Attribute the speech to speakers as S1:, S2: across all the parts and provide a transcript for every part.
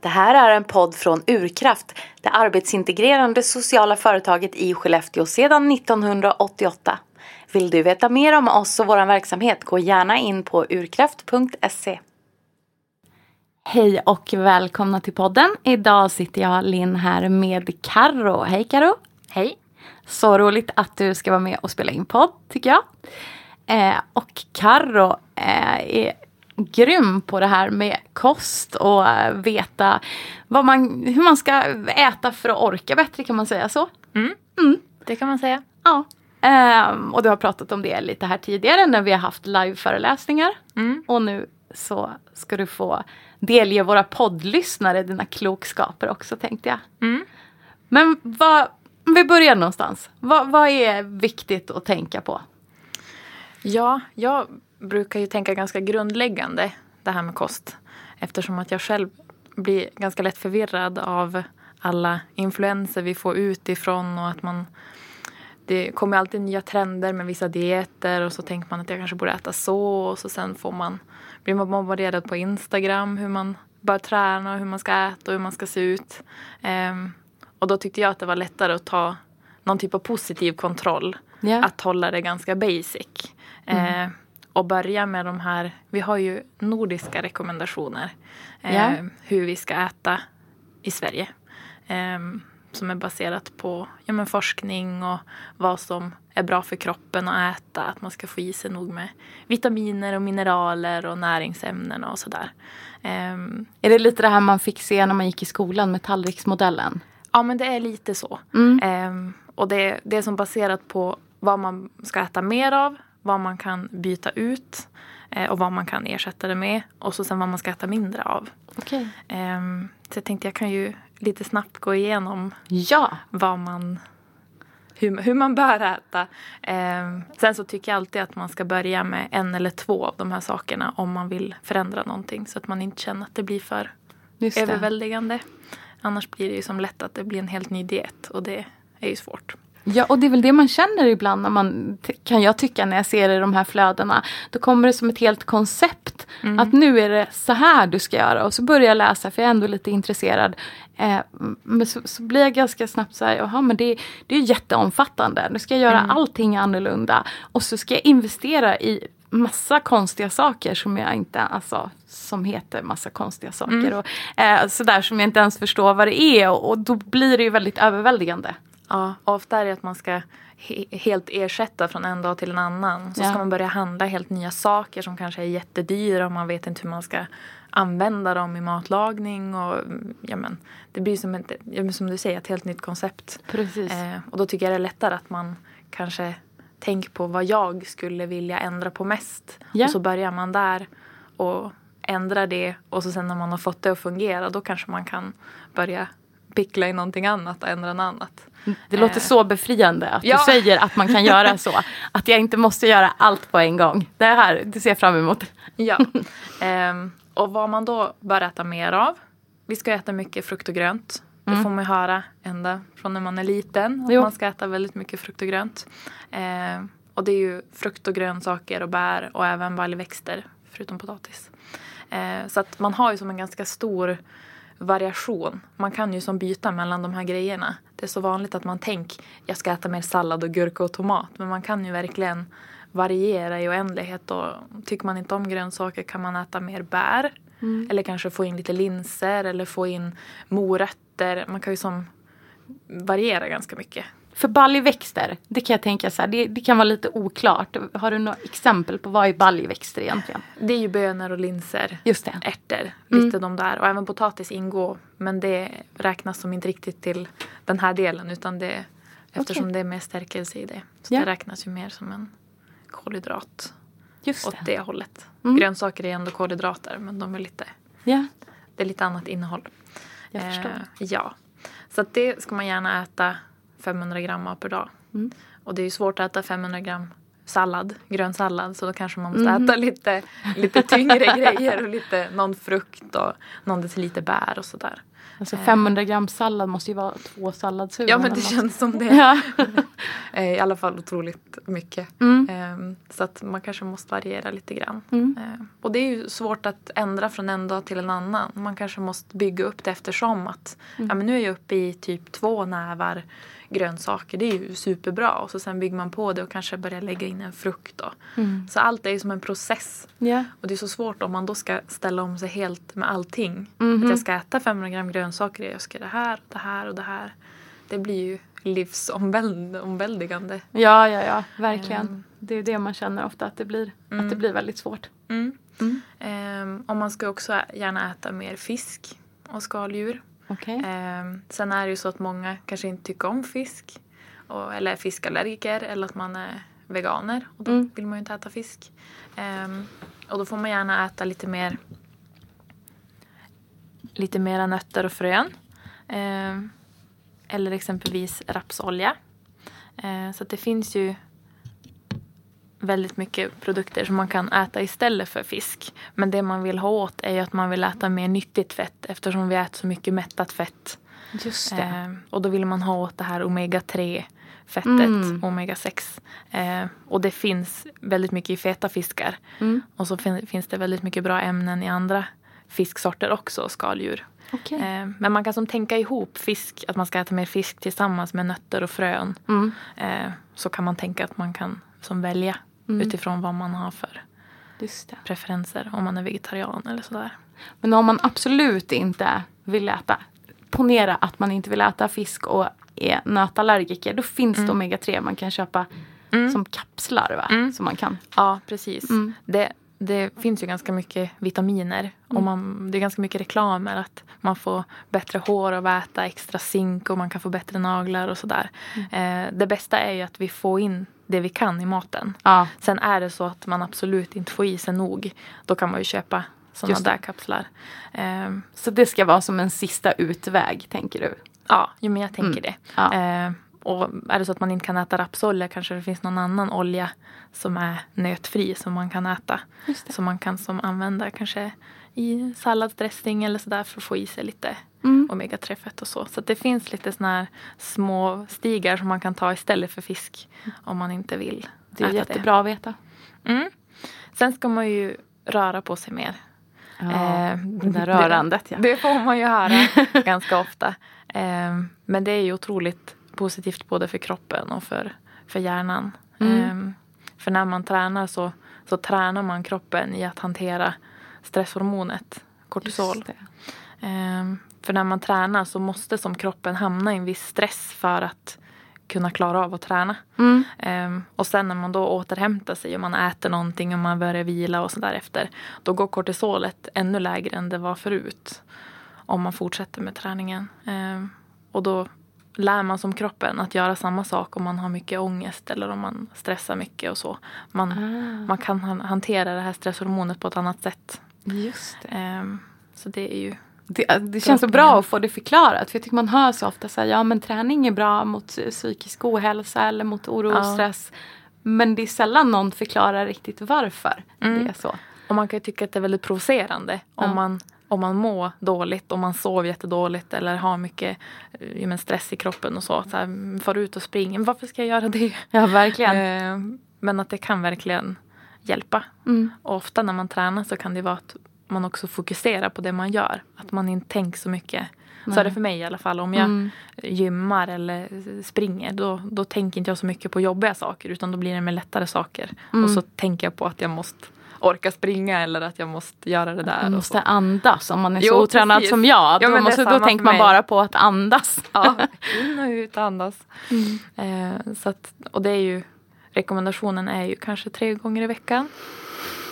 S1: Det här är en podd från Urkraft, det arbetsintegrerande sociala företaget i Skellefteå sedan 1988. Vill du veta mer om oss och vår verksamhet, gå gärna in på urkraft.se. Hej och välkomna till podden. Idag sitter jag, Linn, här med Karo. Hej Karo.
S2: Hej.
S1: Så roligt att du ska vara med och spela in podd, tycker jag. Eh, och Karo eh, är grym på det här med kost och eh, veta vad man, hur man ska äta för att orka bättre, kan man säga så?
S2: Mm. Det kan man säga.
S1: Ja. Ehm, och du har pratat om det lite här tidigare när vi har haft liveföreläsningar.
S2: Mm.
S1: Och nu så ska du få delge våra poddlyssnare dina klokskaper också tänkte jag.
S2: Mm.
S1: Men vad, om vi börjar någonstans. Vad, vad är viktigt att tänka på?
S2: Ja, jag brukar ju tänka ganska grundläggande det här med kost. Eftersom att jag själv blir ganska lätt förvirrad av alla influenser vi får utifrån och att man det kommer alltid nya trender med vissa dieter och så tänker man att jag kanske borde äta så och så sen får man blir man bombarderad på Instagram hur man bör träna och hur man ska äta och hur man ska se ut. Ehm, och då tyckte jag att det var lättare att ta någon typ av positiv kontroll.
S1: Ja.
S2: Att hålla det ganska basic. Eh, och börja med de här, vi har ju nordiska rekommendationer. Eh,
S1: Ja.
S2: Hur vi ska äta i Sverige. Ehm, som är baserat på ja, men forskning och vad som är bra för kroppen att äta. Att man ska få i sig nog med vitaminer och mineraler och näringsämnen och sådär. Ehm,
S1: Är det lite det här man fick se när man gick i skolan med tallriksmodellen?
S2: Ja, men det är lite så.
S1: Mm.
S2: Ehm, och det, det är som baserat på vad man ska äta mer av, vad man kan byta ut eh, och vad man kan ersätta det med och så sen vad man ska äta mindre av.
S1: Okej.
S2: Ehm, så jag tänkte jag kan ju lite snabbt gå igenom
S1: Ja.
S2: vad man, hur, hur man bör äta. Ehm, sen så tycker jag alltid att man ska börja med en eller två av de här sakerna om man vill förändra någonting så att man inte känner att det blir för
S1: Just det.
S2: överväldigande. Annars blir det ju som lätt att det blir en helt ny diet och det är ju svårt.
S1: Ja, och det är väl det man känner ibland när man, t- kan jag tycka när jag ser det i de här flödena. Då kommer det som ett helt koncept. Att nu är det så här du ska göra. Och så börjar jag läsa för jag är ändå lite intresserad. Eh, men så, så blir jag ganska snabbt så här, jaha men det, det är jätteomfattande. Nu ska jag göra allting annorlunda. Och så ska jag investera i massa konstiga saker som jag inte, alltså som heter massa konstiga saker. Och, eh, sådär som jag inte ens förstår vad det är. Och, och då blir det ju väldigt överväldigande.
S2: Ja, ofta är det att man ska he- helt ersätta från en dag till en annan. Så
S1: Ja.
S2: ska man börja handla helt nya saker som kanske är jättedyra och man vet inte hur man ska använda dem i matlagning. Och, mm, ja, men, det blir som, ett, ja, men som du säger ett helt nytt koncept.
S1: Precis.
S2: Eh, och då tycker jag det är lättare att man kanske tänker på vad jag skulle vilja ändra på mest.
S1: Ja.
S2: Och så börjar man där och ändrar det och så sen när man har fått det att fungera då kanske man kan börja pickla i någonting annat och ändra något annat.
S1: Det låter
S2: Eh.
S1: så befriande att
S2: Ja.
S1: du säger att man kan göra så. Att jag inte måste göra allt på en gång. Det här det ser jag fram emot.
S2: Ja. Ehm, och vad man då bör äta mer av. Vi ska äta mycket frukt och grönt. Det får man ju höra ända från när man är liten. Att
S1: Jo.
S2: man ska äta väldigt mycket frukt och grönt. Ehm, och det är ju frukt och grönsaker och bär och även baljväxter förutom potatis. Ehm, så att man har ju som en ganska stor variation. Man kan ju som byta mellan de här grejerna. Det är så vanligt att man tänker jag ska äta mer sallad och gurka och tomat. Men man kan ju verkligen variera i oändlighet. Och tycker man inte om grönsaker kan man äta mer bär. Eller kanske få in lite linser eller få in morötter. Man kan ju som variera ganska mycket.
S1: För baljväxter, det kan jag tänka så här, det, det kan vara lite oklart. Har du några exempel på vad är baljväxter egentligen?
S2: Det är ju bönor och linser.
S1: Just det. Mm.
S2: Ärtor, lite de där. Och även potatis ingår. Men det räknas som inte riktigt till den här delen. Utan det, eftersom det är mer stärkelse i det. Så
S1: Ja.
S2: det räknas ju mer som en kolhydrat.
S1: Just
S2: Åt
S1: det. Mm.
S2: det hållet. Grönsaker är ändå kolhydrater. Men de är lite,
S1: Ja,
S2: det är lite annat innehåll.
S1: jag förstår.
S2: Eh, ja. Så att det ska man gärna äta 500 gram av per dag.
S1: Mm.
S2: Och det är ju svårt att äta 500 gram sallad, grön sallad. Så då kanske man måste
S1: Mhm.
S2: äta lite, lite tyngre grejer och lite, någon frukt och någon deciliter bär och sådär.
S1: Alltså 500 gram sallad måste ju vara två salladshuvuden.
S2: Eh. Ja men
S1: eller
S2: det
S1: något.
S2: känns som det.
S1: Ja.
S2: Eh, I alla fall otroligt mycket.
S1: Mm.
S2: Eh, Så att man kanske måste variera lite grann.
S1: Mm.
S2: Eh, Och det är ju svårt att ändra från en dag till en annan. Man kanske måste bygga upp det eftersom att
S1: Mm.
S2: ja, men nu är jag uppe i typ två nävar grönsaker. Det är ju superbra. Och så sen bygger man på det och kanske börjar lägga in en frukt då.
S1: Mm.
S2: Så allt är ju som en process.
S1: Ja.
S2: Och det är så svårt om man då ska ställa om sig helt med allting.
S1: Mhm.
S2: Att jag ska äta 500 gram grönsaker, jag ska det här, det här och det här. Det blir ju livsomväldigande.
S1: ja, ja, ja, verkligen.
S2: Mm.
S1: Det är ju det man känner ofta att det blir,
S2: Mm.
S1: att det blir väldigt svårt.
S2: Mm.
S1: Mm.
S2: Ehm, och man ska också ä- gärna äta mer fisk och skaldjur.
S1: Okej.
S2: Ehm, sen är det ju så att många kanske inte tycker om fisk. Och, eller är fiskallergiker eller att man är veganer. Och då
S1: Mm.
S2: vill man ju inte äta fisk. Ehm, och då får man gärna äta lite mer lite mera nötter och frön. Ehm, eller exempelvis rapsolja. Ehm, så att det finns ju väldigt mycket produkter som man kan äta istället för fisk. Men det man vill ha åt är ju att man vill äta mer nyttigt fett eftersom vi äter så mycket mättat fett.
S1: Just det.
S2: Eh, och då vill man ha åt det här omega-3 fettet,
S1: Mm.
S2: omega-6. Eh, och det finns väldigt mycket i feta fiskar.
S1: Mm.
S2: Och så fin- finns det väldigt mycket bra ämnen i andra fisksorter också, skaldjur.
S1: Okej.
S2: Eh, men man kan som tänka ihop fisk, att man ska äta mer fisk tillsammans med nötter och frön.
S1: Mm.
S2: Eh, så kan man tänka att man kan som välja
S1: Mm.
S2: utifrån vad man har för
S1: Just det.
S2: preferenser om man är vegetarian eller sådär.
S1: Men om man absolut inte vill äta, ponera att man inte vill äta fisk och är nötallergiker, då finns det omega-3 man kan köpa som kapslar va? Som man kan.
S2: Ja, precis.
S1: Mm.
S2: Det, det finns ju ganska mycket vitaminer
S1: Mm.
S2: och man, det är ganska mycket reklamer att man får bättre hår av att äta extra zink och man kan få bättre naglar och sådär.
S1: Mm.
S2: Eh, det bästa är ju att vi får in det vi kan i maten.
S1: Ja.
S2: Sen är det så att man absolut inte får i sig nog. Då kan man ju köpa sådana
S1: Just det.
S2: där kapslar. Eh,
S1: Så det ska vara som en sista utväg tänker du?
S2: Ja, jo, men jag tänker det.
S1: Mm. Ja.
S2: Eh, och är det så att man inte kan äta rapsolja kanske det finns någon annan olja som är nötfri som man kan äta.
S1: Just det.
S2: Som man kan som använda kanske i salladsdressing eller sådär för att få i sig lite
S1: Mm.
S2: omega-3-fett och så. Så att det finns lite såna här små stigar som man kan ta istället för fisk om man inte vill
S1: Det är
S2: äta
S1: jättebra att veta.
S2: det. Mm. Sen ska man ju röra på sig mer. Eh,
S1: det där rörandet ja.
S2: Det, det får man ju höra ganska ofta. Eh, men det är ju otroligt positivt både för kroppen och för, för hjärnan.
S1: Mm.
S2: Eh, för när man tränar så, så tränar man kroppen i att hantera stresshormonet kortisol.
S1: Just det.
S2: Eh, för när man tränar så måste som kroppen hamna i en viss stress för att kunna klara av att träna.
S1: Mm.
S2: Ehm, och sen när man då återhämtar sig och man äter någonting och man börjar vila och sådär efter. Då går kortisolet ännu lägre än det var förut. Om man fortsätter med träningen. Ehm, och då lär man som kroppen att göra samma sak om man har mycket ångest eller om man stressar mycket och så. Man,
S1: Ah.
S2: man kan han- hantera det här stresshormonet på ett annat sätt.
S1: Just det.
S2: Ehm, så det är ju...
S1: Det, äh, det känns så bra att få det förklarat. För jag tycker man hör så ofta så här, ja men träning är bra mot eh, psykisk ohälsa eller mot oro och
S2: Ja.
S1: stress. Men det är sällan någon förklarar riktigt varför det är så.
S2: Och man kan ju tycka att det är väldigt provocerande
S1: Ja.
S2: om, man, om man mår dåligt, om man sover jättedåligt eller har mycket eh, ja, men stress i kroppen och så. Att så här, mm, far ut och spring, Men varför ska jag göra det?
S1: Ja, verkligen.
S2: Eh, Men att det kan verkligen hjälpa.
S1: Mm.
S2: Och ofta när man tränar så kan det vara att man också fokuserar på det man gör. Att man inte tänker så mycket. Så är det för mig i alla fall. Om jag
S1: Mm.
S2: gymmar eller springer då, då tänker inte jag så mycket på jobbiga saker utan då blir det med lättare saker.
S1: Mm.
S2: Och så tänker jag på att jag måste orka springa eller att jag måste göra det där.
S1: Man
S2: och så.
S1: måste andas om man är
S2: Jo,
S1: så otränad
S2: precis.
S1: som jag.
S2: Ja,
S1: Då,
S2: men det är
S1: måste, då
S2: samma för
S1: tänker man
S2: mig.
S1: bara på att andas.
S2: Ja, in och ut och andas.
S1: Mm.
S2: Eh, så att, och det är ju, rekommendationen är ju kanske tre gånger i veckan.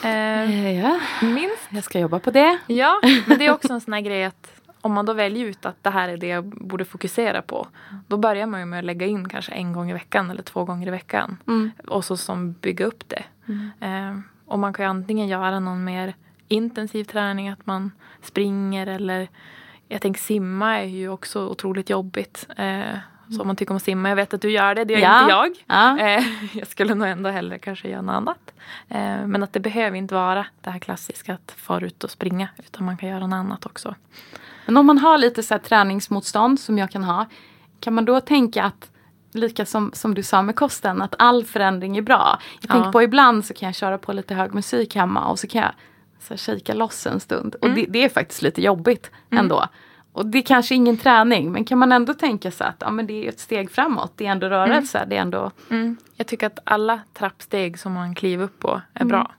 S2: Eh,
S1: Ja,
S2: minst.
S1: jag ska jobba på det.
S2: Ja, men det är också en sån här grej att om man då väljer ut att det här är det jag borde fokusera på. Då börjar man ju med att lägga in kanske en gång i veckan eller två gånger i veckan.
S1: Mm.
S2: Och så som bygga upp det. Eh, och man kan ju antingen göra någon mer intensiv träning, att man springer eller jag tänker simma är ju också otroligt jobbigt. Eh, så om man tycker om att simma, jag vet att du gör det, det gör
S1: Ja.
S2: inte jag.
S1: Ja.
S2: Eh, jag skulle nog ändå hellre kanske göra något annat. Eh, men att det behöver inte vara det här klassiska att fara ut och springa utan man kan göra något annat också.
S1: Men om man har lite så här träningsmotstånd som jag kan ha. Kan man då tänka att lika som, som du sa med kosten, att all förändring är bra. Jag
S2: Ja.
S1: tänker på ibland så kan jag köra på lite hög musik hemma och så kan jag så här, kika loss en stund. Och det, det är faktiskt lite jobbigt ändå. Och det är kanske ingen träning men kan man ändå tänka sig att ja, men det är ju ett steg framåt. Det är ändå rörelse. Det är ändå...
S2: Mm. Jag tycker att alla trappsteg som man kliver upp på
S1: Mm.
S2: är bra.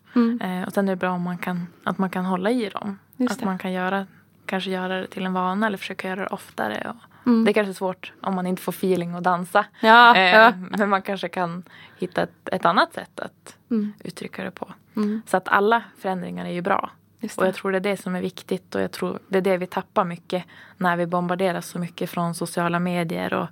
S2: Eh, och sen är det bra om man kan, att man kan hålla i dem.
S1: Just
S2: att
S1: det.
S2: man kan göra, kanske göra det till en vana eller försöka göra det oftare. Och Det är kanske svårt om man inte får feeling att dansa.
S1: Mm. Ja,
S2: Eh,
S1: ja.
S2: Men man kanske kan hitta ett, ett annat sätt att uttrycka det på.
S1: Mm.
S2: Så att alla förändringar är ju bra.
S1: Just
S2: Och
S1: det.
S2: jag tror det är det som är viktigt och jag tror det är det vi tappar mycket när vi bombarderas så mycket från sociala medier och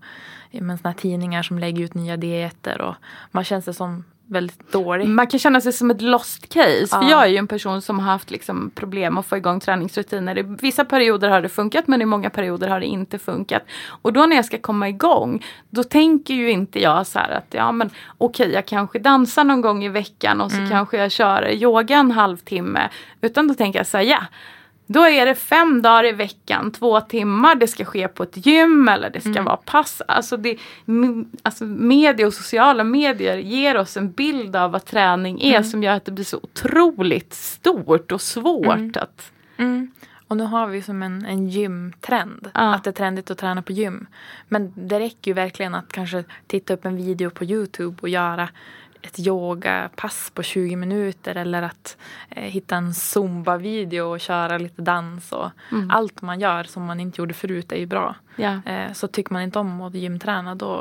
S2: ja, men, såna här tidningar som lägger ut nya dieter och man känner sig som väldigt dålig.
S1: Man kan känna sig som ett lost case. För
S2: Ja.
S1: jag är ju en person som har haft liksom problem att få igång träningsrutiner. I vissa perioder har det funkat men i många perioder har det inte funkat. Och då när jag ska komma igång då tänker ju inte jag så här att ja men okej jag kanske dansar någon gång i veckan och så kanske jag kör yoga en halvtimme. Utan då tänker jag så här ja då är det fem dagar i veckan, två timmar, det ska ske på ett gym eller det ska vara pass. Alltså, det, m- alltså media och sociala medier ger oss en bild av vad träning är som gör att det blir så otroligt stort och svårt. Att,
S2: Mm. Och nu har vi som en, en gymtrend.
S1: Ja.
S2: Att det är trendigt att träna på gym. Men det räcker ju verkligen att kanske titta upp en video på Youtube och göra ett yogapass på 20 minuter eller att eh, hitta en zumba-video och köra lite dans. Och Allt man gör som man inte gjorde förut är ju bra.
S1: Mm. ja,
S2: Eh, så tycker man inte om att gymträna då,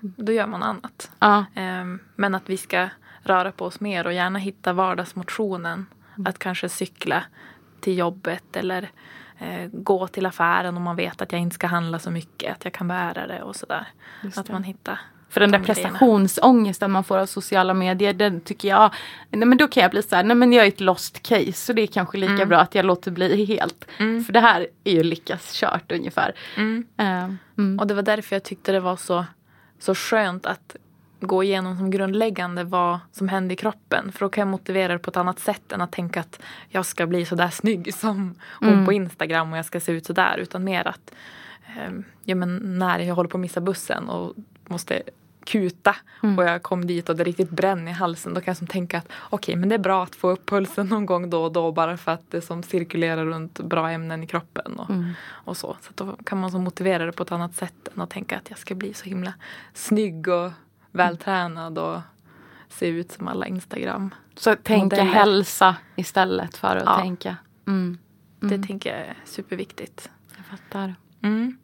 S1: Mm.
S2: då gör man annat.
S1: ja,
S2: Ehm, Men att vi ska röra på oss mer och gärna hitta vardagsmotionen.
S1: Mm.
S2: Att kanske cykla till jobbet eller eh, gå till affären om man vet att jag inte ska handla så mycket. Att jag kan bära det och sådär.
S1: Just
S2: Att
S1: det.
S2: man hittar.
S1: För den där
S2: de grejerna.
S1: prestationsångesten man får av sociala medier, den tycker jag, nej men då kan jag bli så här, nej men jag är ett lost case så det är kanske lika bra att jag låter bli helt. För det här är ju lyckas kört ungefär. Eh, Mm. mm.
S2: Och det var därför jag tyckte det var så, så skönt att gå igenom som grundläggande vad som händer i kroppen. För då kan jag motivera det på ett annat sätt än att tänka att jag ska bli sådär snygg som hon
S1: Mm.
S2: på Instagram och jag ska se ut sådär. Utan mer att ehm, ja, men när jag håller på att missa bussen och måste kuta och jag kom dit och det riktigt bränner i halsen. Då kan jag som tänka att okej men det är bra att få upp pulsen någon gång då och då bara för att det som cirkulerar runt bra ämnen i kroppen. Och, och så. så att då kan man som motivera det på ett annat sätt än att tänka att jag ska bli så himla snygg och vältränad och se ut som alla Instagram.
S1: Så tänka
S2: Modeller.
S1: hälsa istället för att
S2: Ja.
S1: tänka. Mm,
S2: Det tänker jag är superviktigt.
S1: jag fattar.
S2: Mm.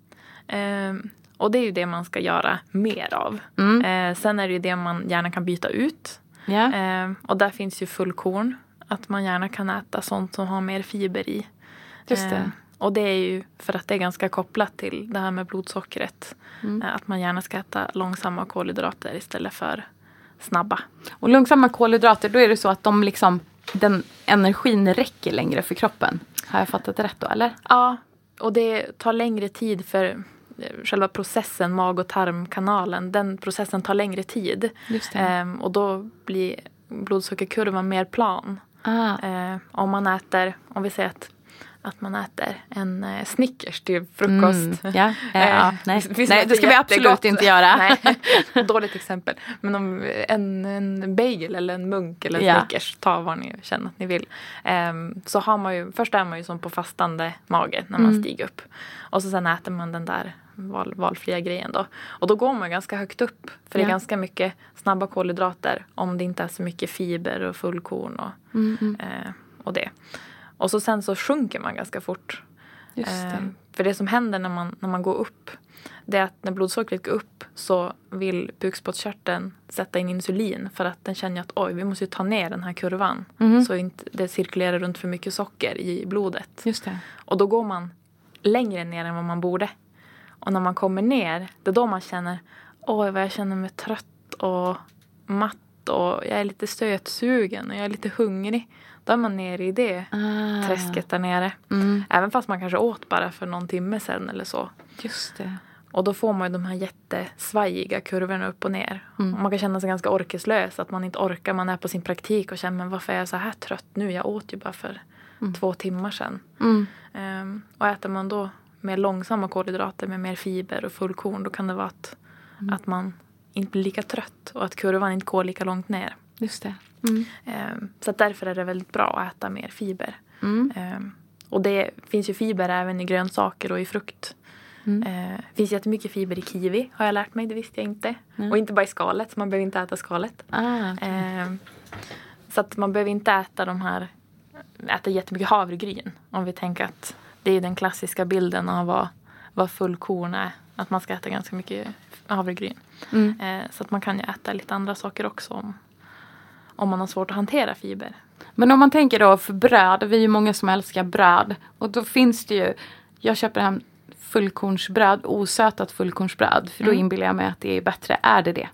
S2: Ehm, och det är ju det man ska göra mer av.
S1: Mm. Eh.
S2: Eh, sen är det ju det man gärna kan byta ut.
S1: Ja.
S2: Ehm, och där finns ju fullkorn. Att man gärna kan äta sånt som har mer fiber i.
S1: Just det.
S2: Ehm, och det är ju för att det är ganska kopplat till det här med blodsockret. Eh, att man gärna ska äta långsamma kolhydrater istället för snabba.
S1: Och långsamma kolhydrater, då är det så att de liksom, den energin räcker längre för kroppen. Har jag fattat det rätt då eller?
S2: Ja, och det tar längre tid för eh, själva processen, mag och tarmkanalen, den processen tar längre tid.
S1: Just det.
S2: Ehm, och då blir blodsockerkurvan mer plan.
S1: Ah,
S2: Eh, om man äter, om vi säger att, att man äter en eh, Snickers till frukost.
S1: Mm, ja, ja, ja,
S2: Eh,
S1: nej.
S2: visst- visst
S1: Nej,
S2: låter
S1: det ska vi absolut
S2: jättegott.
S1: inte göra.
S2: Nej, dåligt exempel. Men om en, en bagel eller en munk eller en
S1: Ja.
S2: Snickers, ta vad ni känner att ni vill. Ehm, så har man ju, först är man ju som på fastande mage när man stiger upp. Och så sen äter man den där val, valfria grejen då. Och då går man ganska högt upp. För det
S1: Ja.
S2: är ganska mycket snabba kolhydrater om det inte är så mycket fiber och fullkorn och, eh, och det. Och så sen så sjunker man ganska fort.
S1: just det.
S2: Ehm, För det som händer när man, när man går upp det är att när blodsockret går upp så vill bukspottkörteln sätta in insulin för att den känner att oj, vi måste ju ta ner den här kurvan
S1: Mhm.
S2: så inte det cirkulerar runt för mycket socker i blodet.
S1: Just det.
S2: Och då går man längre ner än vad man borde. Och när man kommer ner, det är då man känner oj, vad jag känner mig trött och matt och jag är lite sötsugen och jag är lite hungrig. Då är man nere i det
S1: Ah,
S2: träsket där nere.
S1: Mm.
S2: Även fast man kanske åt bara för någon timme sedan eller så.
S1: Just det.
S2: Och då får man ju de här jättesvajiga kurvorna upp och ner. Och man kan känna sig ganska orkeslös, att man inte orkar. Man är på sin praktik och känner men varför är jag så här trött nu? Jag åt ju bara för två timmar sedan.
S1: Mm.
S2: Ehm, och äter man då mer långsamma kolhydrater med mer fiber och fullkorn då kan det vara att,
S1: Mm.
S2: att man inte blir lika trött och att kurvan inte går lika långt ner.
S1: Just det. Mm.
S2: Ehm, Så att därför är det väldigt bra att äta mer fiber.
S1: Mm.
S2: Ehm, Och det finns ju fiber även i grönsaker och i frukt.
S1: Mm.
S2: Eh, Det finns jättemycket fiber i kiwi har jag lärt mig, det visste jag inte.
S1: Mm.
S2: Och inte bara i skalet, man behöver inte äta skalet.
S1: Ah, okej.
S2: Eh, Så att man behöver inte äta de här, äta jättemycket havregryn. Om vi tänker att det är den klassiska bilden av vad, vad fullkorn är. Att man ska äta ganska mycket havregryn.
S1: Mm.
S2: Eh, Så att man kan ju äta lite andra saker också om, om man har svårt att hantera fiber.
S1: Men om man tänker då för bröd, vi är ju många som älskar bröd. Och då finns det ju, jag köper hem fullkornsbröd, osötat fullkornsbröd. För då
S2: Mm.
S1: inbillar jag mig att det är bättre. Är det det?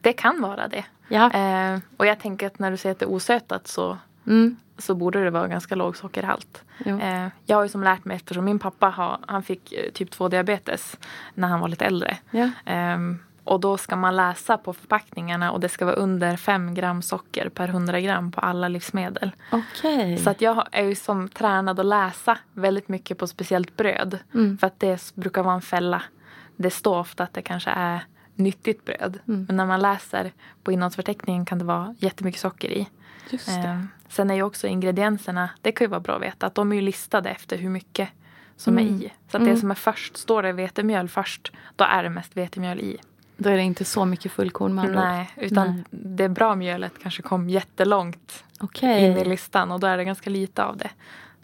S2: Det kan vara det.
S1: Ja.
S2: Eh, Och jag tänker att när du säger att det är osötat så,
S1: Mm.
S2: så borde det vara ganska låg sockerhalt.
S1: Jo.
S2: Eh, Jag har ju som lärt mig eftersom min pappa har, han fick eh, typ 2 diabetes när han var lite äldre.
S1: Ja.
S2: Ehm, och då ska man läsa på förpackningarna och det ska vara under 5 gram socker per 100 gram på alla livsmedel.
S1: Okej.
S2: Så att jag är ju som tränad att läsa väldigt mycket på speciellt bröd.
S1: Mm.
S2: För att det s- brukar vara en fälla. Det står ofta att det kanske är nyttigt bröd.
S1: Mm.
S2: Men när man läser på innehållsförteckningen kan det vara jättemycket socker i.
S1: Just det.
S2: Ehm, sen är ju också ingredienserna, det kan ju vara bra att veta, att de är ju listade efter hur mycket som är
S1: Mm.
S2: i. Så att
S1: Mm.
S2: det som är först, står det vetemjöl först, då är det mest vetemjöl i.
S1: Då är det inte så mycket fullkorn med andra ord.
S2: Nej, utan
S1: Nej.
S2: det bra mjölet kanske kom jättelångt
S1: Okej.
S2: in i listan och då är det ganska lite av det.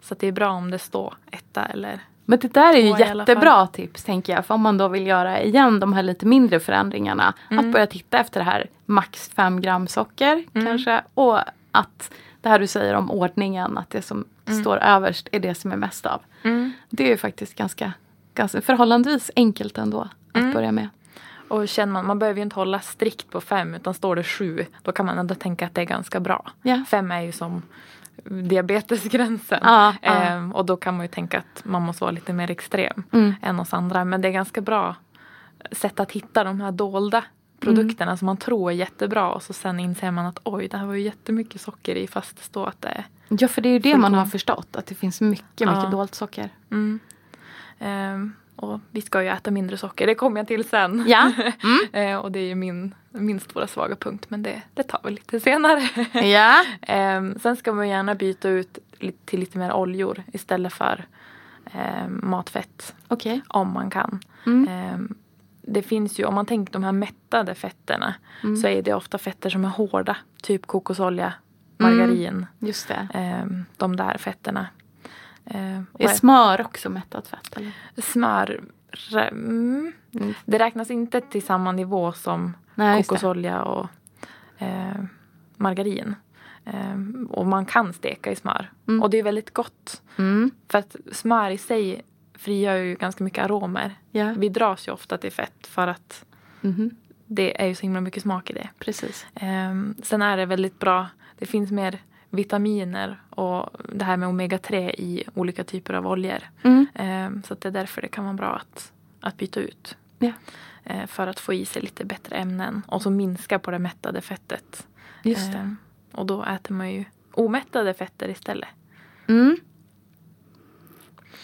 S2: Så att det är bra om det står etta eller
S1: Men det där är ju
S2: Två i alla
S1: jättebra tips tänker jag. För om man då vill göra igen de här lite mindre förändringarna. Att börja titta efter det här max 5 gram socker kanske. Och att det här du säger om ordningen, att det som står överst är det som är mest av. Det är ju faktiskt ganska, ganska förhållandevis enkelt ändå att börja med.
S2: Och känner man, man behöver ju inte hålla strikt på fem utan står det sju då kan man ändå tänka att det är ganska bra.
S1: Ja.
S2: Fem är ju som diabetesgränsen.
S1: Ja, ja.
S2: Ehm, och då kan man ju tänka att man måste vara lite mer extrem
S1: Mm.
S2: än oss andra. Men det är ganska bra sätt att hitta de här dolda produkterna
S1: Mm.
S2: som man tror är jättebra och så sen inser man att oj det här var ju jättemycket socker i fast det står att det är
S1: Ja, för det är ju det man har förstått. Att det finns mycket, mycket
S2: Ja.
S1: dolt socker.
S2: Mm. Ehm, och vi ska ju äta mindre socker, det kommer jag till sen.
S1: Ja. Mm.
S2: Eh, och det är ju min, min stora svaga punkt men det, det tar vi lite senare.
S1: Ja.
S2: Ehm, sen ska man gärna byta ut li- till lite mer oljor istället för ehm, matfett
S1: Okej.
S2: om man kan.
S1: Mm.
S2: Ehm, det finns ju, om man tänker de här mättade fetterna
S1: Mm.
S2: så är det ofta fetter som är hårda, typ kokosolja, margarin,
S1: Just det.
S2: ehm, de där fetterna. Ehm, och
S1: Eh, Är smör också mättat fett? Eller?
S2: smör. re- Mm.
S1: Mm.
S2: Det räknas inte till samma nivå som
S1: Nej, just det.
S2: kokosolja och eh, margarin. Eh, och man kan steka i smör. Och det är väldigt gott.
S1: Mm.
S2: För att smör i sig frigör ju ganska mycket aromer.
S1: Ja.
S2: Vi dras ju ofta till fett för att
S1: Mhm.
S2: det är ju så himla mycket smak i det.
S1: Precis.
S2: Ehm, sen är det väldigt bra. Det finns mer vitaminer och det här med omega-3 i olika typer av oljor.
S1: Mm.
S2: Ehm, så att det är därför det kan vara bra att, att byta ut.
S1: Ja.
S2: Eh, för att få i sig lite bättre ämnen och så minska på det mättade fettet.
S1: Just det.
S2: Ehm, och då äter man ju omättade fetter istället.
S1: Mm.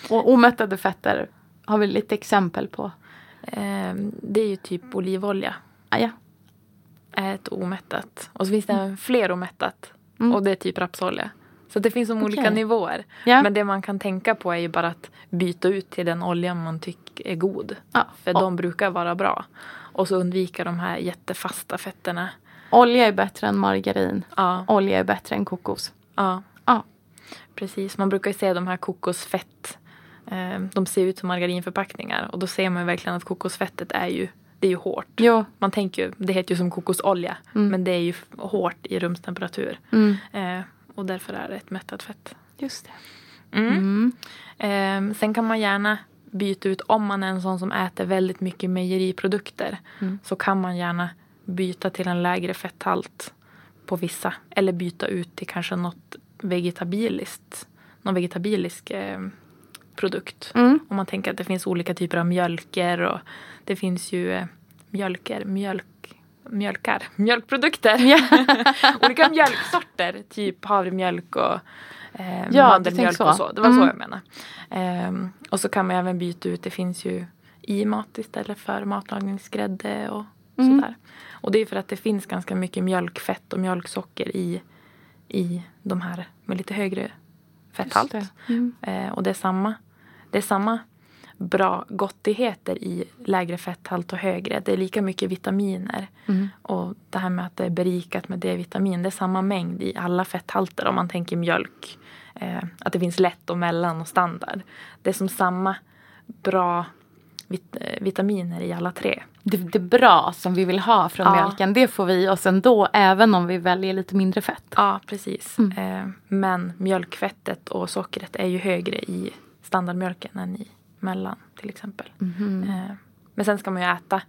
S1: Och omättade fetter har vi lite exempel på.
S2: Ehm, det är ju typ olivolja.
S1: Ah, ja.
S2: är ett omättat. Och så finns det även fler omättat.
S1: Mm.
S2: Och det är typ rapsolja. Så det finns som olika
S1: Okej.
S2: nivåer.
S1: Ja.
S2: Men det man kan tänka på är ju bara att byta ut till den olja man tycker är god.
S1: Ja.
S2: För
S1: Och
S2: de brukar vara bra. Och så undvika de här jättefasta fetterna.
S1: Olja är bättre än margarin.
S2: Ja,
S1: Olja är bättre än kokos.
S2: ja
S1: Ja.
S2: precis. Man brukar ju se de här kokosfett. eh, De ser ut som margarinförpackningar. Och då ser man ju verkligen att kokosfettet är ju, det är ju hårt.
S1: Jo.
S2: Man tänker ju, det heter ju som kokosolja. Men det är ju f- hårt i rumstemperatur.
S1: Mm.
S2: Eh, och därför är det ett mättat fett.
S1: Just det.
S2: Mm. Eh, sen kan man gärna byta ut, om man är en sån som äter väldigt mycket mejeriprodukter,
S1: Mm.
S2: så kan man gärna byta till en lägre fetthalt på vissa. Eller byta ut till kanske något vegetabiliskt, någon vegetabilisk eh, produkt.
S1: Mm.
S2: Om man tänker att det finns olika typer av mjölker och det finns ju eh, mjölker, mjölk, mjölkar, mjölkprodukter. olika mjölksorter, typ havremjölk och eh,
S1: du
S2: mandelmjölk
S1: tänker så.
S2: och så. Det var så
S1: Mm.
S2: jag menade. Ehm, och så kan man även byta ut, det finns ju i mat istället för matlagningsgrädde och
S1: Mm.
S2: sådär. Och det är för att det finns ganska mycket mjölkfett och mjölksocker i, i de här med lite högre fetthalt.
S1: Just det. Mm.
S2: Eh, och det är samma, det är samma bra gottigheter i lägre fetthalt och högre. Det är lika mycket vitaminer.
S1: Mm.
S2: Och det här med att det är berikat med D-vitamin, det är samma mängd i alla fetthalter om man tänker mjölk. Eh, att det finns lätt och mellan och standard. Det är som samma bra vit- eh, vitaminer i alla tre.
S1: Det, det bra som vi vill ha från
S2: Ja.
S1: mjölken, det får vi i oss ändå även om vi väljer lite mindre fett.
S2: Ja, precis. Eh, men mjölkfettet och sockret är ju högre i standardmjölken än i mellan till exempel.
S1: Mm.
S2: Eh, men sen ska man ju äta.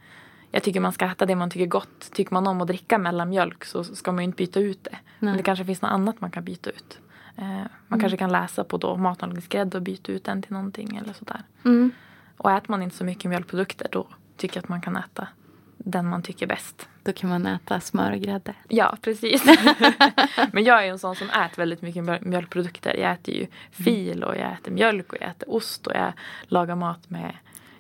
S2: Jag tycker man ska äta det man tycker gott. Tycker man om att dricka mellanmjölk så ska man ju inte byta ut det. Men
S1: Nej.
S2: det kanske finns något annat man kan byta ut. Eh, man kanske kan läsa på då matlagningsgrädde och byta ut den till någonting eller sådär.
S1: Mm.
S2: Och äter man inte så mycket mjölkprodukter då tycker jag att man kan äta den man tycker bäst.
S1: Då kan man äta smör och grädde.
S2: Ja, precis. Men jag är ju en sån som äter väldigt mycket mjöl- mjölkprodukter. Jag äter ju fil och jag äter mjölk och jag äter ost och jag lagar mat med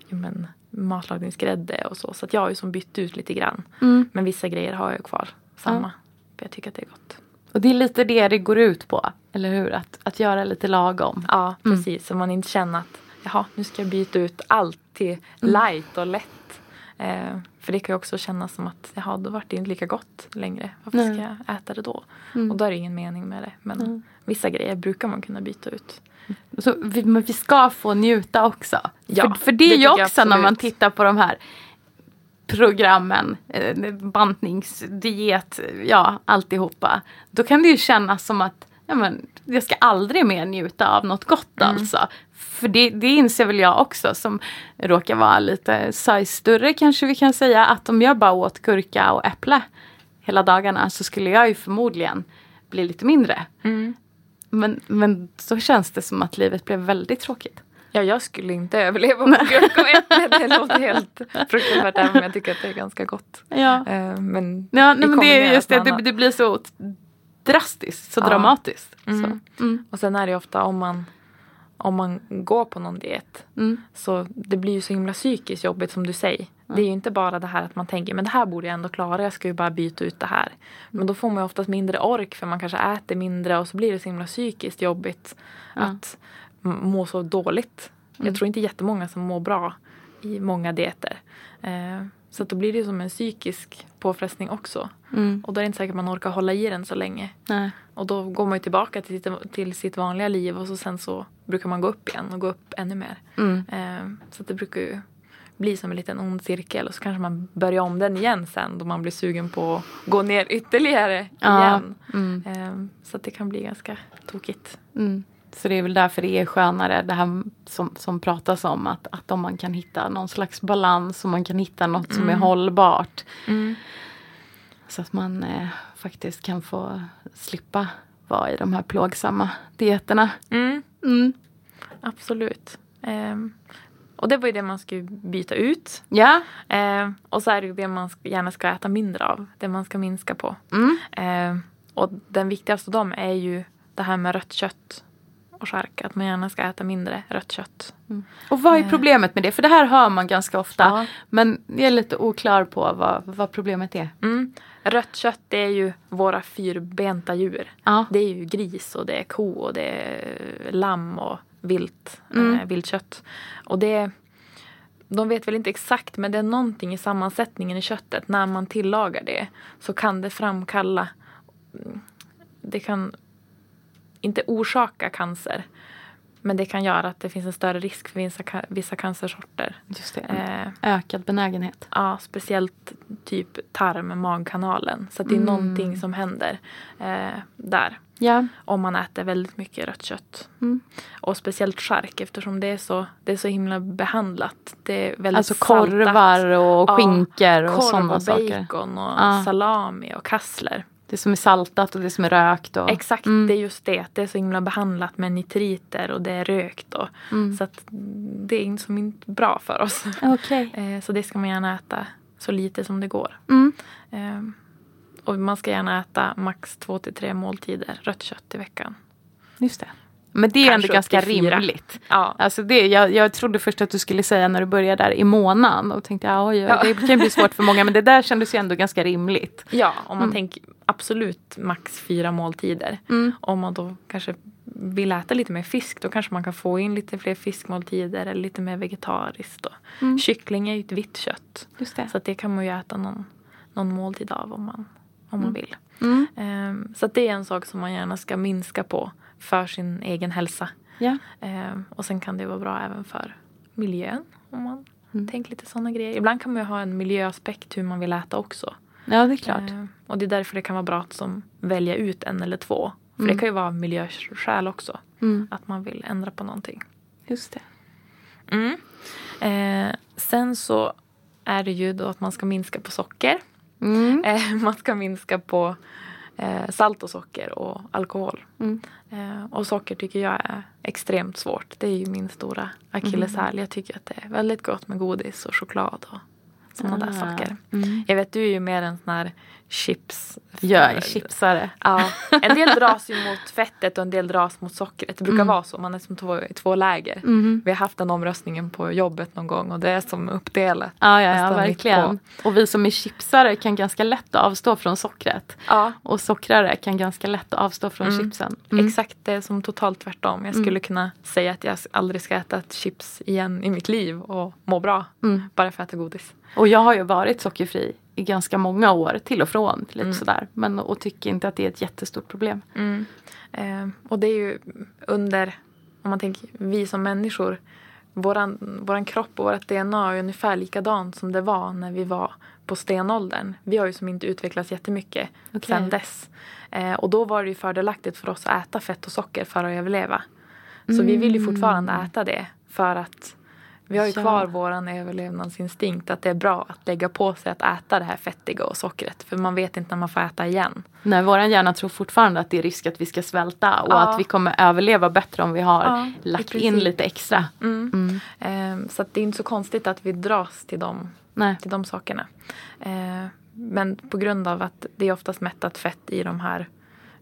S2: ja, men, matlagningsgrädde och så. Så att jag har ju som bytt ut lite grann.
S1: Mm.
S2: Men vissa grejer har jag ju kvar samma. För jag tycker att det är gott.
S1: Och det är lite det det går ut på, eller hur? Att, att göra lite lagom.
S2: Ja, precis. Så man inte känner att jaha, nu ska jag byta ut allt till
S1: Mm.
S2: light och lätt. Eh, för det kan ju också kännas som att jaha, då vart det inte lika gott längre. Varför
S1: Nej.
S2: ska jag äta det då?
S1: Mm.
S2: Och då är det ingen mening med det. Men
S1: Mm.
S2: vissa grejer brukar man kunna byta ut.
S1: Så vi, men vi ska få njuta också.
S2: Ja,
S1: för, för det är
S2: det
S1: ju
S2: tycker jag
S1: också när man
S2: absolut.
S1: tittar på de här programmen, eh, bantningsdiet, ja alltihopa. Då kan det ju kännas som att ja, men, jag ska aldrig mer njuta av något gott
S2: Mm.
S1: alltså. För det, det inser väl jag också som råkar vara lite size större kanske vi kan säga att om jag bara åt gurka och äpple hela dagarna så skulle jag ju förmodligen bli lite mindre. Men, men så känns det som att livet blev väldigt tråkigt.
S2: Ja, jag skulle inte överleva på gurka och äpple. Det låter helt fruktansvärt även om jag tycker att det är ganska gott.
S1: Ja,
S2: Eh, men
S1: ja nej, men det är
S2: kombinerat
S1: just det,
S2: med
S1: det,
S2: annat.
S1: det blir så ot- drastiskt, så
S2: Ja.
S1: dramatiskt.
S2: Mm.
S1: Så. Mm,
S2: Och sen är det ju ofta om man, om man går på någon diet
S1: mm,
S2: Så det blir ju så himla psykiskt jobbigt som du säger. Det är ju inte bara det här att man tänker men det här borde jag ändå klara, jag ska ju bara byta ut det här. Men då får man ju oftast mindre ork för man kanske äter mindre och så blir det så himla psykiskt jobbigt
S1: Ja.
S2: att m- må så dåligt. Jag tror inte jättemånga som mår bra i många dieter. Eh, så att då blir det ju som en psykisk påfrestning också.
S1: mm,
S2: Och då är det inte säkert man orkar hålla i den så länge.
S1: nej.
S2: Och då går man ju tillbaka till sitt, till sitt vanliga liv och så sen så brukar man gå upp igen och gå upp ännu mer.
S1: Mm.
S2: Eh, Så att det brukar ju bli som en liten ond cirkel och så kanske man börjar om den igen sen då man blir sugen på att gå ner ytterligare
S1: Ja.
S2: igen.
S1: Mm,
S2: Eh, Så att det kan bli ganska tokigt.
S1: mm. Så det är väl därför det är skönare det här som, som pratas om att, att om man kan hitta någon slags balans och man kan hitta något som är
S2: Mm.
S1: hållbart. Så att man eh, faktiskt kan få slippa vara i de här plågsamma dieterna.
S2: Mm,
S1: Mm.
S2: absolut. Eh, Och det var ju det man skulle byta ut.
S1: Ja.
S2: Eh, Och så är det ju det man sk- gärna ska äta mindre av, det man ska minska på.
S1: Mm.
S2: Eh, och den viktigaste av dem är ju det här med rött kött och chark. Att man gärna ska äta mindre rött kött.
S1: Och vad är problemet med det? För det här hör man ganska ofta.
S2: Eh. Ja.
S1: Men jag är lite oklar på vad, vad problemet är.
S2: Mm. Rött kött det är ju våra fyrbenta djur.
S1: Ja.
S2: Det är ju gris och det är ko och det är lamm och vilt, eh, viltkött. Och det, de vet väl inte exakt men det är någonting i sammansättningen i köttet. När man tillagar det så kan det framkalla, mm, det kan inte orsaka cancer. Men det kan göra att det finns en större risk för vissa, ca- vissa cancersorter.
S1: Just det.
S2: Eh,
S1: Ökad benägenhet.
S2: Ja, speciellt typ tarm magkanalen. Så att
S1: Mm.
S2: det är någonting som händer eh, där.
S1: Ja.
S2: Om man äter väldigt mycket rött kött.
S1: Mm.
S2: Och speciellt chark eftersom det är så, det är så himla behandlat. Det är väldigt
S1: Alltså
S2: saltat.
S1: korvar och
S2: Ja,
S1: skinkor och
S2: korv
S1: sådana
S2: och
S1: saker.
S2: bacon och
S1: Ja.
S2: salami och kassler.
S1: Det som är saltat och det som är rökt. Och... Mm.
S2: Exakt, det är just det. Det är så himla behandlat med nitriter och det är rökt. Och,
S1: Mm.
S2: Så att det är inte- som inte bra för oss.
S1: Okej.
S2: Eh, så det ska man gärna äta så lite som det går.
S1: Mm.
S2: Ehm, Och man ska gärna äta max två till tre måltider rött kött i veckan.
S1: Just det. Men det är ändå
S2: Kanske
S1: ganska
S2: upp till fyra.
S1: rimligt.
S2: Ja.
S1: Alltså det, jag, jag trodde först att du skulle säga när du började där i månaden och tänkte ja, oj, oj,
S2: Ja.
S1: det kan ju bli svårt för många men det där kändes ju ändå ganska rimligt.
S2: ja, om man tänker absolut max fyra måltider.
S1: Mm.
S2: Om man då kanske vill äta lite mer fisk då kanske man kan få in lite fler fiskmåltider eller lite mer vegetariskt. Då.
S1: Mm.
S2: Kyckling är ju ett vitt kött.
S1: Just det.
S2: Så att det kan man ju äta någon, någon måltid av om man, om man vill.
S1: Mm.
S2: Ehm, så att det är en sak som man gärna ska minska på för sin egen hälsa.
S1: Ja.
S2: Ehm, och sen kan det vara bra även för miljön. Om man
S1: Mm.
S2: tänker lite sådana grejer. Ibland kan man ju ha en miljöaspekt hur man vill äta också.
S1: ja, det är klart.
S2: Ehm, och det är därför det kan vara bra att som välja ut en eller två. För
S1: Mm.
S2: det kan ju vara av miljöskäl också.
S1: Mm.
S2: Att man vill ändra på någonting.
S1: Just det.
S2: Mm. Eh, sen så är det ju då att man ska minska på socker.
S1: Mm.
S2: Eh, man ska minska på eh, salt och socker och alkohol.
S1: Mm.
S2: Eh, och socker tycker jag är extremt svårt. Det är ju min stora akilleshäl.
S1: Mhm.
S2: Jag tycker att det är väldigt gott med godis och choklad och sådana där
S1: Ah.
S2: saker.
S1: Mm.
S2: Jag vet, du är ju mer en sån här chips...
S1: Jag är chipsare.
S2: Ja, en del dras ju mot fettet och en del dras mot sockret. Det brukar vara så. Man är som två, i två läger.
S1: Mm.
S2: Vi har haft den omröstningen på jobbet någon gång och det är som uppdelat.
S1: Ja, ja, ja
S2: Nästan mitt
S1: verkligen. Och vi som är chipsare kan ganska lätt avstå från sockret.
S2: Ja,
S1: Och sockrare kan ganska lätt avstå från
S2: Mm.
S1: chipsen.
S2: exakt. Det är som totalt tvärtom. Jag skulle kunna säga att jag aldrig ska äta ett chips igen i mitt liv och må bra.
S1: Mm.
S2: Bara för att äta godis.
S1: Och jag har ju varit sockerfri i ganska många år till och från. Lite
S2: Mm.
S1: sådär. Men, och tycker inte att det är ett jättestort problem.
S2: Eh, och det är ju under, om man tänker vi som människor, våran, våran kropp och vårt DNA är ungefär likadant som det var när vi var på stenåldern. Vi har ju som inte utvecklats jättemycket
S1: Okej.
S2: sedan dess. Eh, och då var det ju fördelaktigt för oss att äta fett och socker för att överleva. Så vi vill ju fortfarande äta det för att vi har ju
S1: Mm. Ja.
S2: kvar våran överlevnadsinstinkt att det är bra att lägga på sig att äta det här fettiga och sockret för man vet inte när man får äta igen.
S1: Nej, vår hjärna tror fortfarande att det är risk att vi ska svälta och
S2: Ja.
S1: att vi kommer överleva bättre om vi har
S2: Ja, i
S1: lagt in
S2: princip.
S1: lite extra.
S2: Mm.
S1: Mm.
S2: Ehm, Så att det är inte så konstigt att vi dras till de,
S1: Nej.
S2: till de sakerna. Ehm, Men på grund av att det är oftast mättat fett i de här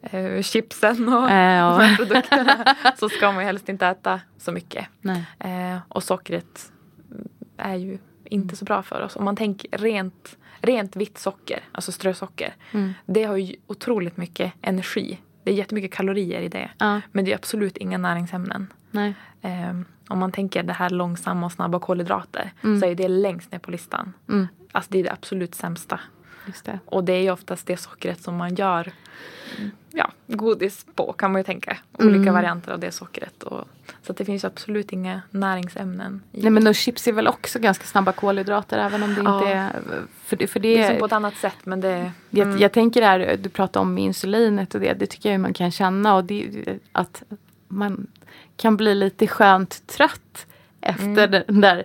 S2: eh, chipsen och
S1: Eh, ja.
S2: de här produkterna så ska man ju helst inte äta så mycket.
S1: Nej.
S2: Ehm, Och sockret är ju inte så bra för oss. Om man tänker rent, rent vitt socker, alltså strösocker,
S1: Mm.
S2: det har ju otroligt mycket energi. Det är jättemycket kalorier i det.
S1: Ja,
S2: Men det är absolut inga näringsämnen.
S1: nej.
S2: Ehm, om man tänker det här långsamma och snabba kolhydrater
S1: Mm.
S2: så är ju det längst ner på listan.
S1: Mm.
S2: Alltså det är det absolut sämsta.
S1: Just det.
S2: Och det är ju oftast det sockret som man gör ja, godis på kan man ju tänka.
S1: Mm.
S2: Olika varianter av det sockret. Och, så att det finns ju absolut inga näringsämnen. I,
S1: Nej men och chips är väl också ganska snabba kolhydrater även om det
S2: Ja.
S1: inte är... För det, för det,
S2: det är som liksom på ett annat sätt men det mm.
S1: jag, jag tänker det här, du pratade om insulinet och det, det tycker jag ju man kan känna och det, att man kan bli lite skönt trött efter den där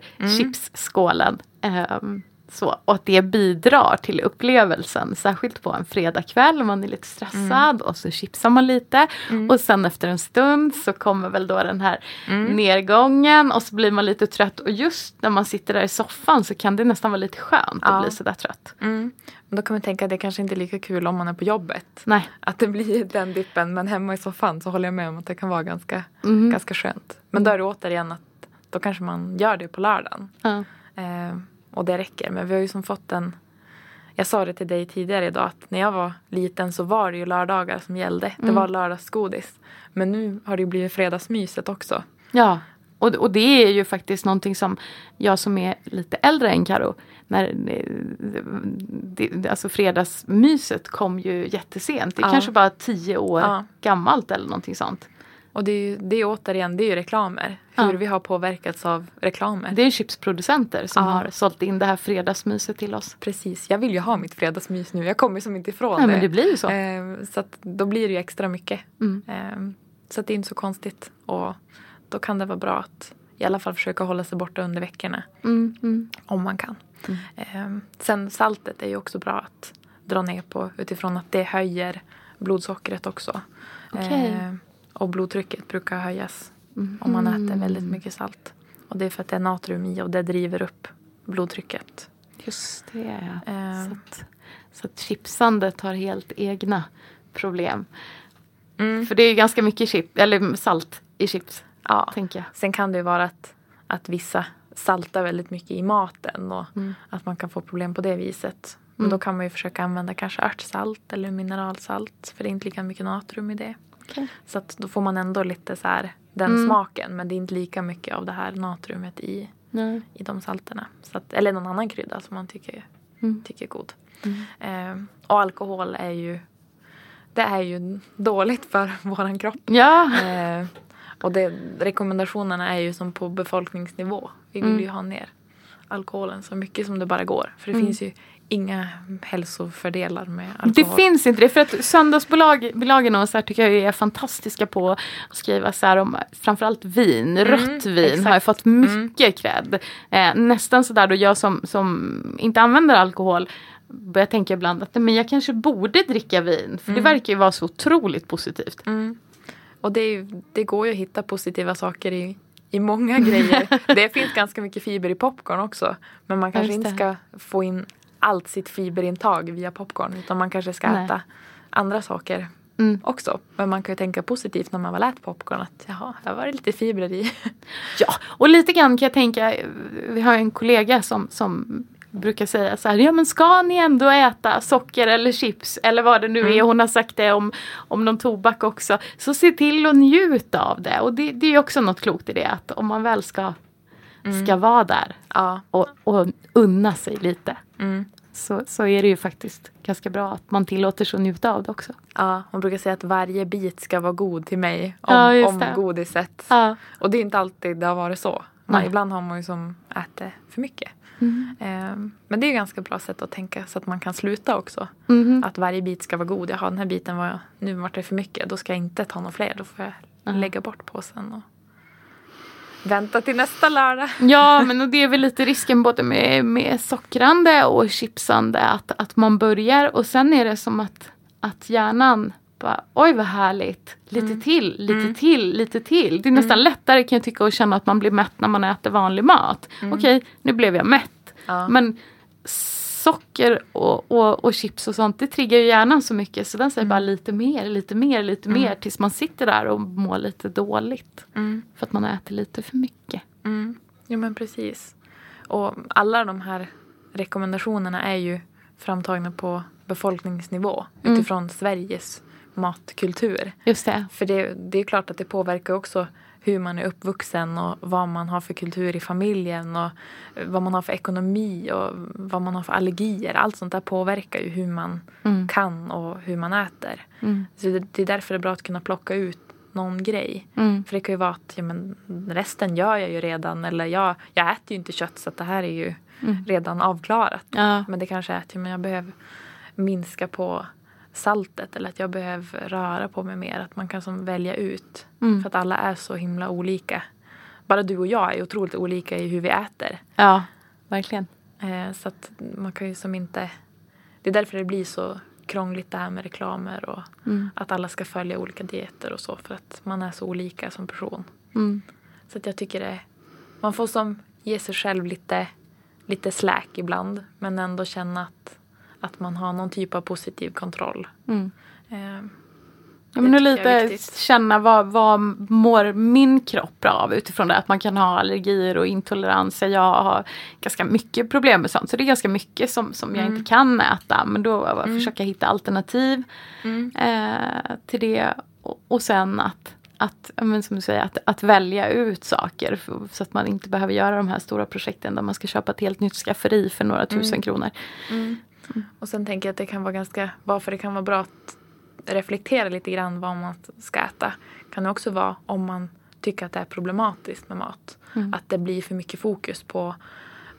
S1: chipsskålen. Ehm, så, och att det bidrar till upplevelsen, särskilt på en fredagkväll, man är lite stressad och så chipsar man lite och sen efter en stund så kommer väl då den här nedgången och så blir man lite trött och just när man sitter där i soffan så kan det nästan vara lite skönt
S2: Ja.
S1: att bli sådär trött.
S2: Mm. Men då kan man tänka att det kanske inte är lika kul om man är på jobbet.
S1: Nej.
S2: Att det blir den dippen men hemma i soffan så håller jag med om att det kan vara ganska,
S1: Mm.
S2: ganska skönt. Men då är det återigen att då kanske man gör det på lördagen.
S1: Ja.
S2: Eh, och det räcker. Men vi har ju som fått en... Jag sa det till dig tidigare idag att när jag var liten så var det ju lördagar som gällde.
S1: Mm.
S2: Det var lördagsgodis. Men nu har det ju blivit fredagsmyset också.
S1: Ja, och, och det är ju faktiskt någonting som jag som är lite äldre än Karo när det, det, alltså fredagsmyset kom ju jättesent. Det är
S2: Ja.
S1: kanske bara tio år
S2: Ja.
S1: gammalt eller någonting sånt.
S2: Och det är ju det är återigen, det är ju reklamer. Hur
S1: Ja.
S2: vi har påverkats av reklamer.
S1: Det är ju chipsproducenter som
S2: Ja.
S1: har sålt in det här fredagsmyset till oss.
S2: Precis, jag vill ju ha mitt fredagsmys nu. Jag kommer ju som inte ifrån
S1: Nej,
S2: det.
S1: men det blir ju så.
S2: Eh, så att då blir det ju extra mycket.
S1: Mm.
S2: Eh, så att det är inte så konstigt. Och då kan det vara bra att i alla fall försöka hålla sig borta under veckorna.
S1: Mm, mm.
S2: Om man kan. Ehm, sen saltet är ju också bra att dra ner på utifrån att det höjer blodsockret också.
S1: Okej.
S2: Ehm, och blodtrycket brukar höjas
S1: mm.
S2: om man äter väldigt mycket salt. Och det är för att det är natrium i och det driver upp blodtrycket.
S1: Just det.
S2: Ehm,
S1: Så, att, så att chipsandet har helt egna problem.
S2: Mm.
S1: För det är ju ganska mycket chip, eller salt i chips,
S2: Ja.
S1: tänker jag.
S2: Sen kan det ju vara att, att vissa saltar väldigt mycket i maten och
S1: Mm.
S2: att man kan få problem på det viset. Men
S1: Mm.
S2: då kan man ju försöka använda kanske örtsalt eller mineralsalt för det är inte lika mycket natrium i det. Så att då får man ändå lite så här den
S1: Mm.
S2: smaken men det är inte lika mycket av det här natriumet i,
S1: Nej.
S2: i de salterna. Så att, eller någon annan krydda som man tycker,
S1: Mm.
S2: tycker är god.
S1: Mm.
S2: Eh, och alkohol är ju, det är ju dåligt för våran kropp.
S1: Ja.
S2: Eh, och det, rekommendationerna är ju som på befolkningsnivå. Vi vill
S1: Mm.
S2: ju ha ner alkoholen så mycket som det bara går. För det finns ju inga hälsofördelar med alkohol.
S1: Mm. Det finns inte det. För att söndagsbolagen och så här tycker jag är fantastiska på att skriva så här om framförallt vin. Rött vin har ju
S2: exakt.
S1: fått mycket cred. Eh, nästan så där då jag som, som inte använder alkohol börjar tänka ibland att men jag kanske borde dricka vin. För det verkar ju vara så otroligt positivt.
S2: Mm. Och det, är ju, det går ju att hitta positiva saker i, i många grejer. det finns ganska mycket fiber i popcorn också. Men man kanske
S1: just
S2: inte ska få in allt sitt fiberintag via popcorn. Utan man kanske ska
S1: Nej.
S2: äta andra saker
S1: Mm.
S2: också. Men man kan ju tänka positivt när man väl ätit popcorn. Att jaha, här var det lite fibrer i.
S1: Ja, och lite grann kan jag tänka, eh, vi har ju en kollega som, som brukar säga så här, ja men ska ni ändå äta socker eller chips eller vad det nu är, hon har sagt det om, om någon tobak också, så se till att njuta av det. Och det, det är ju också något klokt i det, att om man väl ska, ska vara där
S2: ja.
S1: och, och unna sig lite,
S2: Mm.
S1: så, så är det ju faktiskt ganska bra att man tillåter sig att njuta av det också.
S2: Ja, hon brukar säga att varje bit ska vara god till mig om,
S1: Ja, just det.
S2: om godiset.
S1: Ja.
S2: Och det är inte alltid det har varit så.
S1: Nej. Mm.
S2: Man, ibland har man ju som ätit för mycket. Ehm, men det är ju ganska bra sätt att tänka så att man kan sluta också.
S1: Mhm.
S2: Att varje bit ska vara god. Jaha, den här biten var nu vart det för mycket. Då ska jag inte ta några fler. Då får jag
S1: Mm.
S2: lägga bort påsen och vänta till nästa lördag.
S1: Ja, men och det är väl lite risken både med, med sockrande och chipsande att, att man börjar och sen är det som att, att hjärnan bara, oj vad härligt, lite till, lite till, lite till. Det är nästan lättare kan jag tycka att känna att man blir mätt när man äter vanlig mat. Okej, nu blev jag mätt.
S2: Ja.
S1: Men socker och, och, och chips och sånt, det triggar ju hjärnan så mycket så den säger bara lite mer, lite mer, lite mer tills man sitter där och mår lite dåligt. För att man äter lite för mycket.
S2: Mm. Jo men precis. Och alla de här rekommendationerna är ju framtagna på befolkningsnivå utifrån Sveriges matkultur.
S1: Just det.
S2: För det, det är klart att det påverkar också hur man är uppvuxen och vad man har för kultur i familjen och vad man har för ekonomi och vad man har för allergier. Allt sånt där påverkar ju hur man
S1: Mm.
S2: kan och hur man äter.
S1: Mm.
S2: Så det, det är därför det är bra att kunna plocka ut någon grej.
S1: Mm.
S2: För det kan ju vara att ja, men resten gör jag ju redan eller jag, jag äter ju inte kött så att det här är ju
S1: Mm.
S2: redan avklarat.
S1: Ja.
S2: Men det kanske är att ja, men jag behöver minska på saltet eller att jag behöver röra på mig mer. Att man kan som välja ut. För att alla är så himla olika. Bara du och jag är otroligt olika i hur vi äter.
S1: ja, verkligen.
S2: Eh, så att man kan ju som inte... Det är därför det blir så krångligt det här med reklamer och
S1: Mm.
S2: att alla ska följa olika dieter och så. För att man är så olika som person.
S1: Mm.
S2: Så att jag tycker det... Man får som ge sig själv lite, lite släk ibland. Men ändå känna att, att man har någon typ av positiv kontroll.
S1: Mm.
S2: Eh,
S1: Ja, men och
S2: tycker jag är
S1: lite
S2: viktigt.
S1: känna vad, vad mår min kropp bra av utifrån det. Att man kan ha allergier och intoleranser. Jag har ganska mycket problem med sånt. Så det är ganska mycket som, som jag
S2: Mm.
S1: inte kan äta. Men då bara försöka hitta alternativ
S2: Mm.
S1: eh, till det. Och, och sen att, att ja, men som du säger, att, att välja ut saker. För, så att man inte behöver göra de här stora projekten där man ska köpa ett helt nytt skafferi för några
S2: Mm.
S1: tusen kronor.
S2: Och sen tänker jag att det kan vara ganska, varför det kan vara bra att reflektera lite grann vad man ska äta. Kan det också vara om man tycker att det är problematiskt med mat. Att det blir för mycket fokus på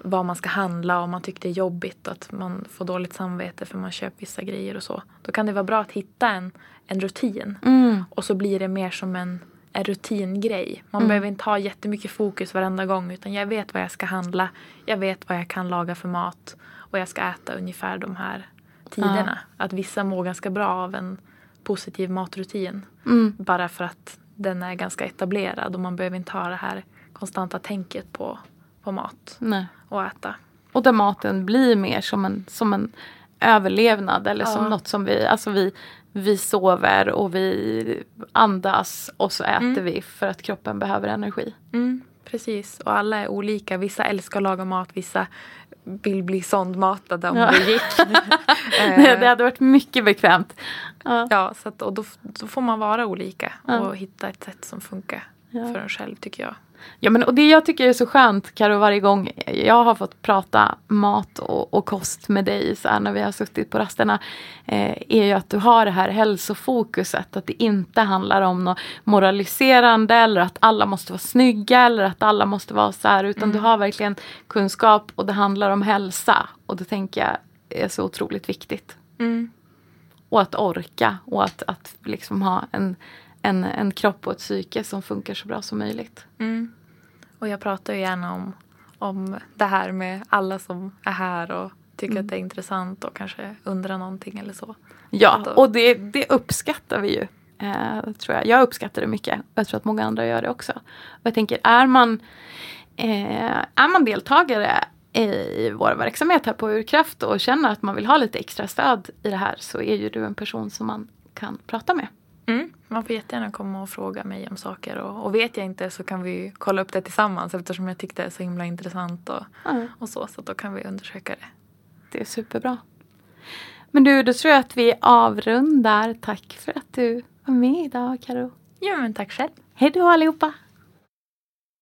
S2: vad man ska handla och man tycker det är jobbigt och att man får dåligt samvete för man köper vissa grejer och så. Då kan det vara bra att hitta en, en rutin. Och så blir det mer som en, en rutingrej. Man
S1: Mm.
S2: behöver inte ha jättemycket fokus varenda gång utan jag vet vad jag ska handla. Jag vet vad jag kan laga för mat. Och jag ska äta ungefär de här tiderna. Att vissa mår ganska bra av en positiv matrutin. Bara för att den är ganska etablerad och man behöver inte ha det här konstanta tänket på, på mat
S1: Nej.
S2: och äta.
S1: Och där maten blir mer som en, som en överlevnad eller som
S2: Ja.
S1: något som vi, alltså vi, vi sover och vi andas och så äter
S2: Mm.
S1: vi för att kroppen behöver energi.
S2: Mm, precis, och alla är olika. Vissa älskar att laga mat, vissa vill bli sondmatade om
S1: Ja.
S2: det gick.
S1: Nej,
S2: Eh,
S1: Det hade varit mycket bekvämt. Ja.
S2: ja, så att, och då, f- då får man vara olika
S1: Ja.
S2: och hitta ett sätt som funkar
S1: Ja.
S2: för en själv tycker jag.
S1: Ja, men, och det jag tycker är så skönt Karo, varje gång jag har fått prata mat och, och kost med dig så här, när vi har suttit på rasterna eh, är ju att du har det här hälsofokuset. Att det inte handlar om något moraliserande eller att alla måste vara snygga eller att alla måste vara så här. Utan du har verkligen kunskap och det handlar om hälsa. Och det tänker jag är så otroligt viktigt.
S2: Mm.
S1: Och att orka och att, att liksom ha en, en, en kropp och ett psyke som funkar så bra som möjligt.
S2: Mm. Och jag pratar ju gärna om, om det här med alla som är här och tycker att det är intressant och kanske undrar någonting eller så.
S1: Ja,
S2: Då-
S1: och det, det uppskattar vi ju. Eh, tror jag. jag uppskattar det mycket och jag tror att många andra gör det också. Och jag tänker, är man, eh, är man deltagare i vår verksamhet här på Urkraft och känner att man vill ha lite extra stöd i det här så är ju du en person som man kan prata med.
S2: Mm. Man får jättegärna komma och fråga mig om saker och, och vet jag inte så kan vi kolla upp det tillsammans eftersom jag tyckte det är så himla intressant och, och så. Så att då kan vi undersöka det.
S1: Det är superbra. Men du, då tror jag att vi avrundar. Tack för att du var med idag, Karo.
S2: Ja men tack själv.
S1: Hej då allihopa!